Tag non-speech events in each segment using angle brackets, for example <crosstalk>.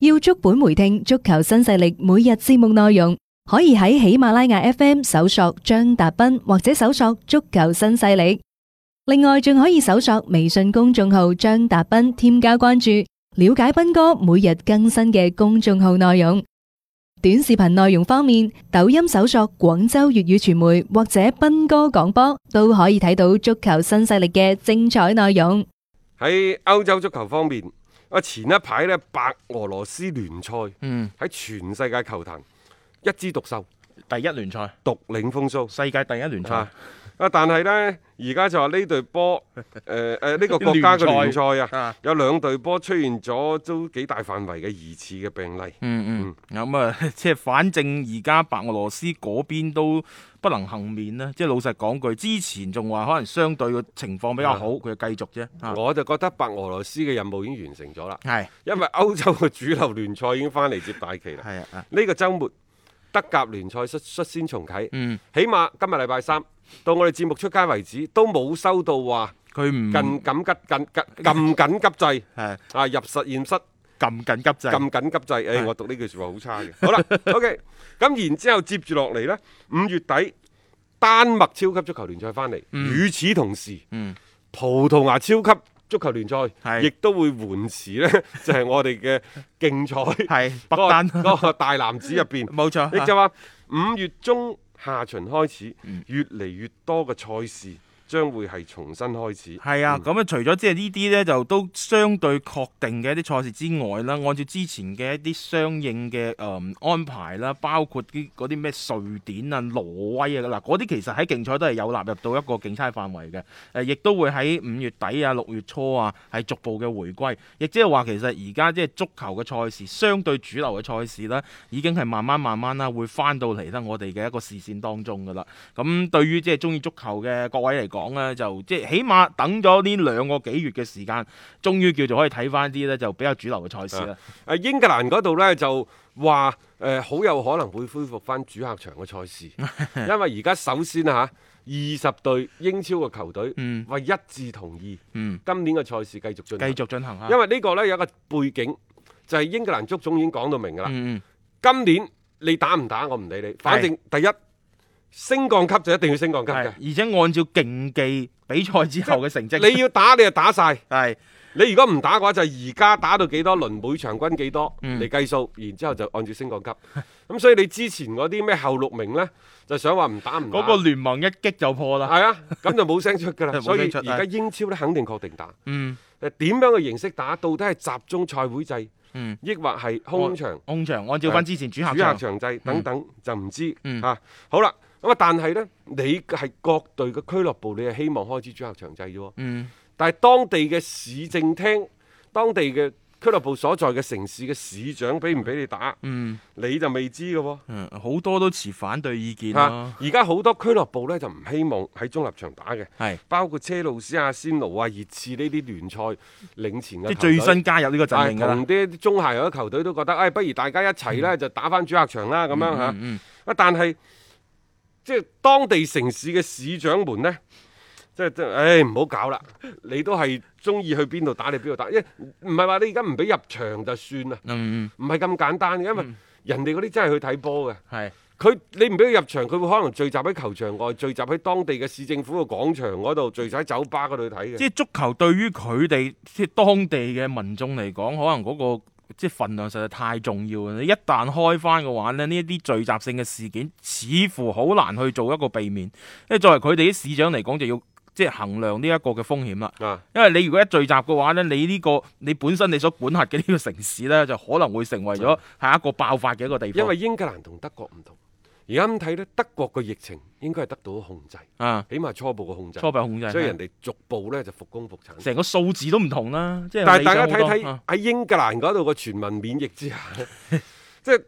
要足本回聽足球新勢力每日節目內容，可以喺喜馬拉雅 FM 搜索張達斌或者搜索足球新勢力。另外，仲可以搜索微信公眾號張達斌，添加關注，了解斌哥每日更新嘅公眾號內容。短視頻內容方面，抖音搜索廣州粵語傳媒或者斌哥廣播，都可以睇到足球新勢力嘅精彩內容。喺歐洲足球方面，啊前一排呢，白俄羅斯聯賽嗯，喺全世界球壇一枝獨秀，第一聯賽，獨領風騷世界第一聯賽，啊！啊，但係呢，而家就話呢隊波 <laughs> 誒誒呢個國家嘅聯賽啊，啊，有兩隊波出現咗都幾大範圍嘅疑似嘅病例。嗯嗯，咁啊， <laughs> 即係反正而家白俄羅斯嗰邊都不能幸免啦。即係老實講句，之前仲話可能相對嘅情況比較好，佢就繼續啫。啊我就覺得白俄羅斯嘅任務已經完成咗啦，係因為歐洲嘅主流聯賽已經翻嚟接大旗啦。係啊，呢個週末德甲聯賽率率先重啟，嗯，起碼今日禮拜三到我哋節目出街為止，都冇收到話佢唔近緊急緊緊撳緊急 <laughs> 掣係啊入實驗室撳緊急制，撳緊急掣。誒、係我讀呢句説話好差嘅。好啦 <laughs> ，OK，咁然之後接住落嚟呢，五月底丹麥超級足球聯賽翻嚟，與此同時，嗯葡萄牙超級足球聯賽係亦都會緩持呢， <laughs> 就係、我哋嘅競賽係嗰 <laughs> 北個單，嗰個大籃子入邊。 <laughs> 冇 <laughs> 錯。亦啊就話五月中下旬開始，嗯越嚟越多嘅賽事將會係重新開始。 <laughs> 係啊，咁啊、除咗即係呢啲呢，就都相對確定嘅一啲賽事之外啦，按照之前嘅一啲相應嘅誒、嗯安排啦，包括啲嗰啲咩瑞典啊、挪威啊，嗱嗰啲其實喺競賽都係有納入到一個競猜範圍嘅，誒、亦都會喺五月底啊、六月初啊係逐步嘅回歸，亦即係話其實而家即係足球嘅賽事，相對主流嘅賽事啦，已經係慢慢慢慢啦會翻到嚟啦我哋嘅一個視線當中㗎啦。咁對於即係中意足球嘅各位嚟講呢，就即係起碼等咗呢兩個幾月嘅時間，終於叫做可以睇翻啲呢就比較主流嘅賽事啦。誒、啊英格蘭嗰度呢，就話誒、好有可能會恢復翻主客場嘅賽 <laughs> 事，因為而家首先啊二十隊英超嘅球隊嗯為一致同意嗯，今年嘅賽事繼續進繼行，續進行啊。嗯因為呢個呢，有一個背景，就係、英格蘭足總已經講到明㗎啦。嗯嗯今年你打唔打我唔理你，反正第一升降級就一定要升降級係，嘅。而且按照競技比賽之後嘅成績，你要打你就打晒，係你如果唔打嘅話就而家打到幾多輪，每場均幾多嗯嚟計數，然之後就按照升降級。咁所以你之前嗰啲咩後六名呢，就想話唔打唔打，嗰個聯盟一擊就破啦。 <laughs> 係啊，咁就冇聲出㗎啦。 <laughs> 冇聲出所以而係家英超呢，肯定確定打。嗯誒點樣嘅形式打，到底係集中賽會制，嗯，抑或係空場？空場按照翻之前主客主客場，場制等等、就唔知嚇、嗯啊好啦，咁啊，但係呢，你係各隊嘅俱樂部，你係希望開始主客場制啫喎。嗯但係當地嘅市政廳、當地嘅俱樂部所在嘅城市嘅市長俾唔俾你打，嗯你就未知嘅喎。嗯，好多都持反對意見嚇啦。而家好多俱樂部呢，就唔希望喺中立場打嘅，係包括車路士、阿仙奴啊、熱刺呢啲聯賽領前嘅球隊即係啊最新加入呢個陣係營㗎啦同。啲中下游嘅球隊都覺得，誒、哎不如大家一齊呢，就打翻主客場啦，咁樣嚇。嗯嗯啊，但係即係當地城市嘅市長們呢，即係即係，唉，唔好搞啦！你都係中意去邊度打你邊度打，因為唔係話你而家唔俾入場就算啦，嗯唔係咁簡單嘅，因為人哋嗰啲真係去睇波嘅。嗯，係。佢你唔俾佢入場，佢會可能聚集喺球場外，聚集喺當地嘅市政府嘅廣場嗰度，聚集喺酒吧嗰度去睇嘅。即係足球對於佢哋即係當地嘅民眾嚟講，可能嗰、個即係份量實在太重要啦。你一旦開翻嘅話咧，呢一啲聚集性嘅事件似乎好難去做一個避免。因為作為佢哋啲市長嚟講，就要即係衡量呢一個嘅風險啦。啊，因為你如果一聚集嘅話咧，你呢、個你本身你所管轄嘅呢個城市咧，就可能會成為咗下一個爆發嘅一個地方。因為英格蘭同德國唔同，而家咁睇呢，德國嘅疫情應該係得到控制，啊，起碼初步嘅控制。初步控制，所以人哋逐步呢就復工復產。成個數字都唔同啦。即係但係理大想家好睇多睇啊喺英格蘭嗰度個全民免疫 <laughs> 之下，即係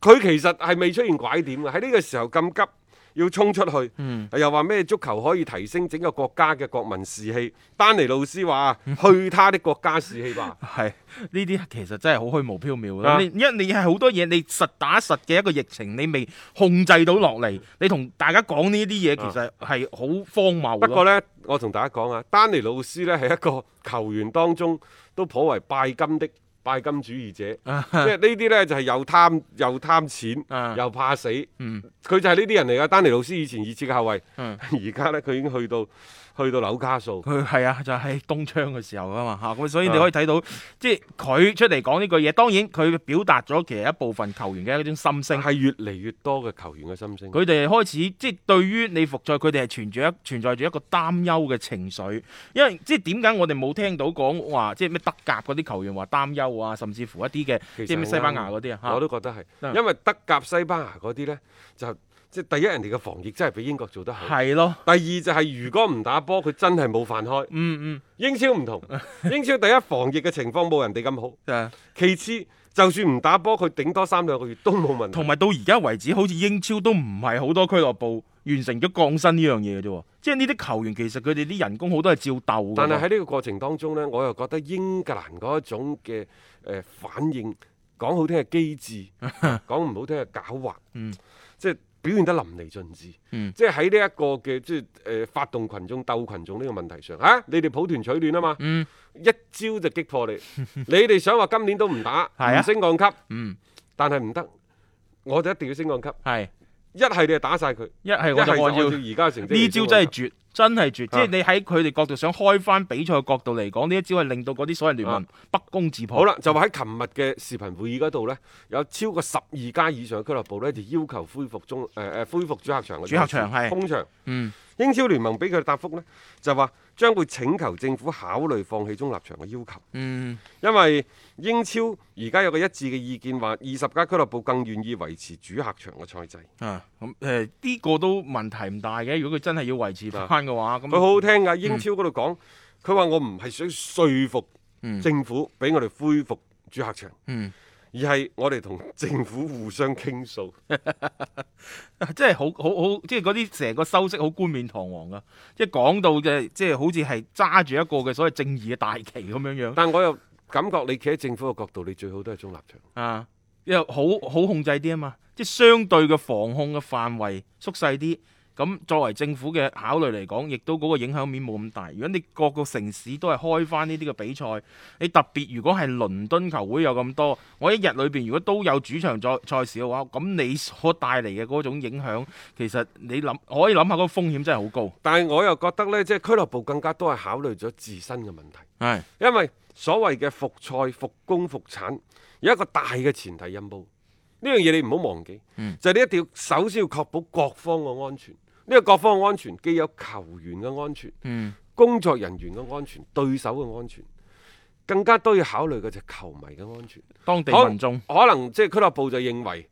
佢其實係未出現拐點嘅。喺呢個時候咁急要衝出去，嗯。又話咩足球可以提升整個國家嘅國民士氣。丹尼老師話：去他的國家士氣吧係呢啲其實真係好虛無縹緲啦。啊你一你係好多嘢，你實打實嘅一個疫情，你未控制到落嚟，你同大家講呢啲嘢，其實係好荒謬不過咯。呢，我同大家講啊，丹尼老師呢係一個球員當中都頗為拜金的拜金主義 <laughs> 者，啊即係呢啲呢，就係又貪又貪錢。啊，又怕死，嗯佢就係呢啲人嚟噶。丹尼老師以前熱刺嘅後衞，嗯， <laughs> 而家呢，佢已經去到去到紐卡素。佢係啊，就係、東窗嘅時候啊嘛嚇，咁、所以你可以睇到，即係佢出嚟講呢句嘢，當然佢表達咗其實一部分球員嘅一種心聲。係越嚟越多嘅球員嘅心聲。佢哋開始即係對於你復賽，佢哋係存住一存在住一個擔憂嘅情緒，因為即係點解我哋冇聽到講話即係咩德甲嗰啲球員話擔憂啊，甚至乎一啲嘅其實即係咩好西班啱牙嗰啲啊我嚇，都覺得係，嗯因為德甲、西班牙嗰啲呢，就即係第一人哋嘅防疫真係比英國做得好。係咯，第二就係如果唔打波，佢真係冇飯開。嗯英超唔 <laughs> 同，英超第一防疫嘅情況冇人哋咁好，嗯，誒其次就算唔打波，佢頂多三兩個月都冇問題同。埋到而家為止，好似英超都唔係好多俱樂部完成咗降薪呢樣嘢嘅啫喎，即係呢啲球員其實佢哋啲人工好多係照鬥㗎但係喎，喺呢個過程當中呢，我又覺得英格蘭嗰一種嘅誒、呃反應，講好聽係機智， <laughs> 講唔好聽係狡猾，嗯即係表現得淋漓盡致。嗯即係喺呢一個嘅即係誒、呃、發動群眾鬥群眾呢個問題上，啊，你哋抱團取暖啊嘛，嗯一招就擊 <laughs> 破你。你哋想話今年都唔打，係啊唔升降級，嗯但係唔得，我哋一定要升降級。係一係你就打晒佢，一係一我係就就按按照照。而家嘅成績嚟呢招真係升降級絕，真係絕。即啊係你喺佢哋角度想開翻比賽嘅角度嚟講，呢一招係令到嗰啲所謂聯盟不攻自破。啊好，啦，就話喺琴日嘅視頻會議嗰度呢，有超過十二家以上嘅俱樂部呢，就要求恢復中誒誒、呃恢復主客場嘅主客場係空場。嗯英超聯盟俾佢嘅答覆呢，就話將會請求政府考慮放棄中立場嘅要求。嗯因為英超而家有個一致嘅意見，話二十家俱樂部更願意維持主客場嘅賽制。啊，咁誒呢個都問題唔大嘅。如果佢真係要維持翻嘅話，咁佢好好聽㗎，英超嗰度講，佢話我唔係想說服嗯政府俾我哋恢復主客場，嗯， <laughs> 而係我哋同政府互相傾訴。即係好好好，即係嗰啲成個修飾好冠冕堂皇噶，即係講到嘅，即係好似係揸住一個嘅所謂正義嘅大旗咁樣樣但我又感覺你企喺政府嘅角度，你最好都係中立場。啊，因為好好控制啲啊嘛，即係相對嘅防控嘅範圍縮細啲。咁作為政府嘅考慮嚟講，亦都嗰個影響面冇咁大。如果你各個城市都係開翻呢啲嘅比賽，你特別如果係倫敦球會有咁多，我一日裏邊如果都有主場賽賽事嘅話，咁你所帶嚟嘅嗰種影響，其實你諗可以諗下嗰個風險真係好高。但係我又覺得呢，即係俱樂部更加多係考慮咗自身嘅問題，係因為所謂嘅復賽、復工、復產有一個大嘅前提任務。呢樣嘢你唔好忘記，嗯就係你一定要首先要確保各方嘅安全。呢、個各方嘅安全既有球員嘅安全、嗯工作人員嘅安全、對手嘅安全，更加都要考慮嘅就係球迷嘅安全。當好地民眾可能即係俱樂部就認為，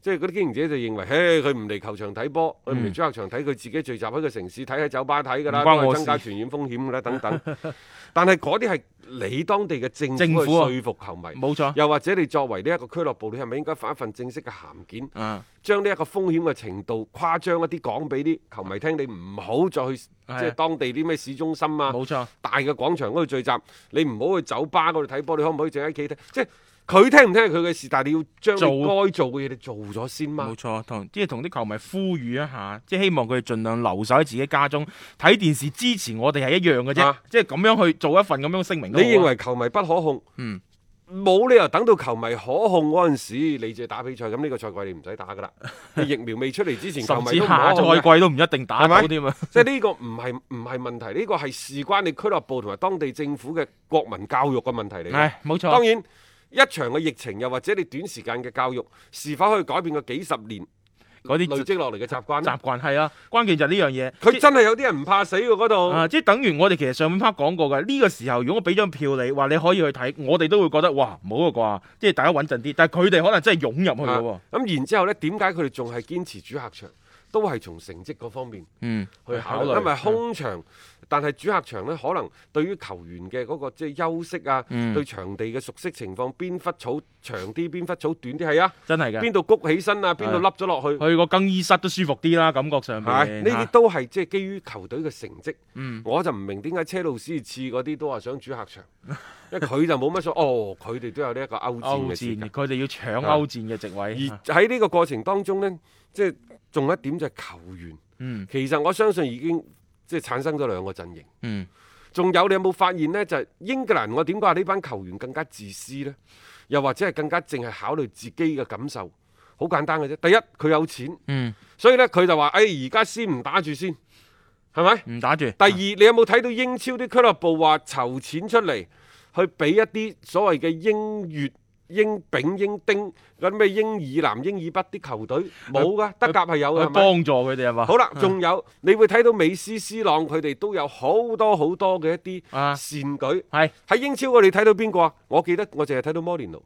即係嗰啲經營者就認為，嘿，佢唔嚟球場睇波，佢唔嚟嗯主客場睇，佢自己聚集喺個城市睇喺酒吧睇㗎啦，唔關都係我增加事傳染風險㗎啦，等 <laughs> 等。但係嗰啲係你當地嘅政政府去府啊說服球迷，冇錯又或者你作為呢一個俱樂部，你係咪應該發一份正式嘅函件，啊，將呢一個風險嘅程度誇張一啲講俾啲球迷聽？你唔好再去係啊即係當地啲咩市中心啊。冇錯。大嘅廣場嗰度聚集，你唔好去酒吧嗰度睇波，你可唔可以淨喺屋企睇？即係佢聽唔聽係佢嘅事，但係你要將做你該做嘅嘢你做咗先嘛冇。錯，同即係同啲球迷呼籲一下，即係希望佢哋盡量留守喺自己家中睇電視，支持我哋係一樣嘅啫，啊即係咁樣去做一份咁樣嘅聲明你都好啊。認為球迷不可控，嗯冇理由等到球迷可控嗰陣時，你就打比賽。咁呢個賽季你唔使打 <laughs> 㗎啦，你疫苗未出嚟之前，球甚迷至都唔下可控賽嘅。季都唔一定打係咪到添啊？即係呢個唔係唔係問題，呢、個係事關你俱樂部同埋當地政府嘅國民教育嘅問題嚟嘅。係冇當錯，然，一場嘅疫情又或者你短時間嘅教育，是否可以改變個幾十年嗰啲累積落嚟嘅習慣呢習慣係啊，關鍵就係呢樣嘢。佢即真係有啲人唔怕死喎嗰度。啊，即係等於我哋其實上半 part 講過嘅，呢、個時候如果我俾張票你，話你可以去睇，我哋都會覺得哇唔好啊啩，即係大家穩陣啲。但係佢哋可能真係湧入去嘅喎啊。咁然之後呢，點解佢哋仲係堅持主客場？都係從成績嗰方面嗯，去考慮，因嗯為空場，但係主客場呢，可能對於球員嘅嗰個即係休息啊，嗯對場地嘅熟悉情況，邊忽草長啲，邊忽草短啲，係啊，真係嘅，邊度谷起身啊，邊度係凹咗落去，去個更衣室都舒服啲啦，感覺上係邊呢啲啊都係即係基於球隊嘅成績。嗯我就唔明點解車路士次嗰啲都話想主客場，因為佢就冇乜所哦，佢哋都有呢一個歐戰歐嘅資格戰，。佢哋要搶歐戰嘅席位。啊而喺呢個過程當中呢，即係仲有一點就係球員，嗯其實我相信已經即係產生咗兩個陣營，嗯仲有你有冇發現呢？就係英格蘭，我點解話呢班球員更加自私呢？又或者係更加淨係考慮自己嘅感受？好簡單嘅啫。第一，佢有錢，嗯，所以呢，佢就話：，哎誒而家先唔打住先，係咪？唔打住。啊第二，你有冇睇到英超啲俱樂部話籌錢出嚟去俾一啲所謂嘅英乙、英丙、英丁嗰啲咩英爾南、英爾北啲球隊冇噶，德甲係有嘅，去係咪？幫助啊佢哋係嘛？好啦，仲有你會睇到美斯、斯朗佢哋都有好多好多嘅一啲啊善舉。係喺英超我哋睇到邊個啊？我記得我淨係睇到摩哦連奴。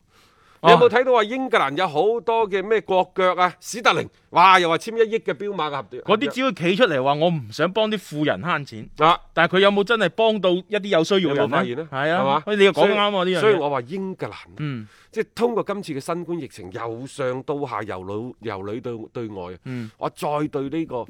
你有冇睇到話英格蘭有好多嘅咩國腳啊？史特靈，哇！又話簽一億嘅彪馬嘅合約。嗰啲只要企出嚟話我唔想幫啲富人慳錢，啊！但係佢有冇真係幫到一啲有需有要嘅冇人發現咧？呢？係啊，係嘛喂你又講所以啱喎呢樣所以嘢。我話英格蘭，啊嗯即係通過今次嘅新冠疫情，由上到下，由老由裏到對外，啊嗯我再對呢、個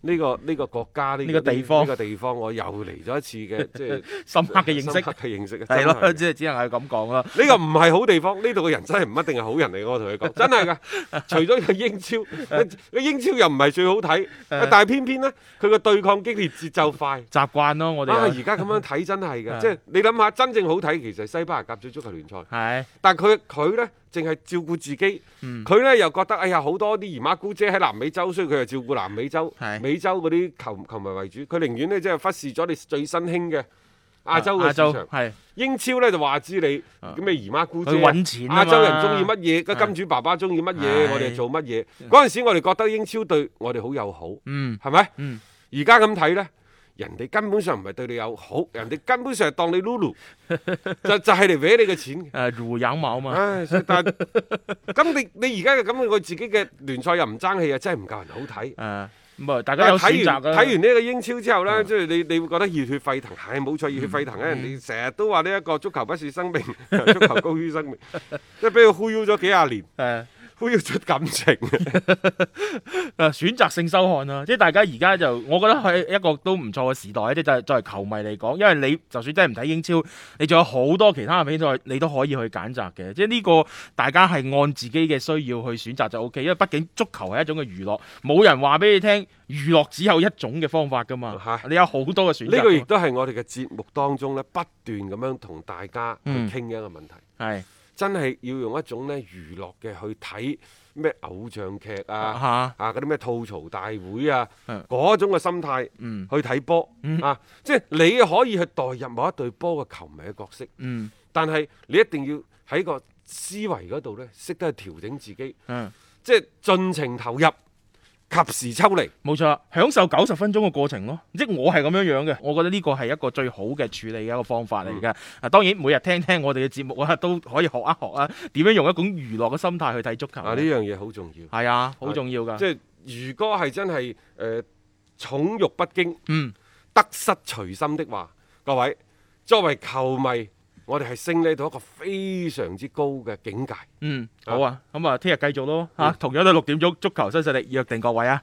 呢、個呢、個國家呢、呢個地方呢、個地方，我又嚟咗一 <laughs> 次嘅即係深刻嘅認識深刻嘅認識啊係真咯，係嘅即係只能係咁講啦。呢個唔係好地方，呢度嘅人真係唔一定係好人嚟嘅，我同你 <laughs> 講，真係㗎。除咗個英超，個英超又唔係最好睇，但係偏偏呢，佢個對抗激烈節奏快。習慣咯，我哋啊！有而家咁樣睇真係嘅， <laughs> 啊即係你諗下，真正好睇其實係西班牙甲組足球聯賽，係但係佢佢呢，淨係照顧自己，嗯佢呢又覺得哎呀好多啲姨媽姑姐喺南美洲，所以佢就照顧南美洲係、美洲嗰啲球球迷為主，佢寧願呢，即係忽視咗你最新興嘅亞洲嘅啊亞市洲場。係英超呢就話知啊你咩姨媽姑姐去啊。揾亞錢啊嘛啊洲人中意乜嘢，個金主爸爸中意乜嘢，係我哋做乜嘢。嗰陣時我哋覺得英超對我哋好友好，嗯係咪？嗯，而家咁睇呢，人哋根本上唔係對你友好，人哋根本上係當你 <laughs> Lulu，就就係嚟搲你嘅錢嘅。誒如養某啊嘛，唉，所以但 <laughs> 係咁你你而家嘅咁，佢自己嘅聯賽又唔爭氣啊，真係唔夠人好睇。誒咁啊，大家但有係選睇擇完噶睇啦。完呢一個英超之後呢，嗯即係你你會覺得熱血沸騰，係冇錯，熱血沸騰咧。啊人哋成日都話呢一個足球不是生命， <laughs> 足球高於生命，即係俾佢忽悠咗幾廿年，誒忽悠出感 <laughs> 情。誒呃選擇性收看啊啦，即係大家而家就我覺得係一個都唔錯嘅時代，即係就作為球迷嚟講，因為你就算真係唔睇英超，你仲有好多其他嘅比賽，你都可以去揀擇嘅。即係呢個大家係按自己嘅需要去選擇就 O K，因為畢竟足球係一種嘅娛樂，冇人話俾你聽娛樂只有一種嘅方法噶嘛係，你有好多嘅選擇㗎啊嘛。呢個亦都係我哋嘅節目當中呢，不斷咁樣同大家去嗯傾嘅一個問題。係真係要用一種咧娛樂嘅去睇咩偶像劇啊，嚇，啊嗰啲咩吐槽大會啊，嗯嗰種嘅心態嗯去睇波嗯啊，即係你可以去代入某一隊波嘅球迷嘅角色，嗯但係你一定要喺個思維嗰度呢，識得去調整自己，嗯。即係盡情投入，及時抽離。冇錯，享受九十分鐘嘅過程咯，即係我係咁樣樣嘅，我覺得呢個係一個最好嘅處理嘅一個方法嚟㗎。嗯啊、當然每日聽聽我哋嘅節目啊，都可以學一學啊，點樣用一種娛樂嘅心態去睇足球。啊，呢樣嘢好重要，係啊，好重要㗎。即係如果係真係誒、呃寵辱不驚。嗯，得失隨心的話，各位作為球迷，我哋係升呢到一個非常之高嘅境界。嗯，好啊，咁啊，聽日繼續咯嚇，同樣都係六點鐘足球新勢力，約定各位啊。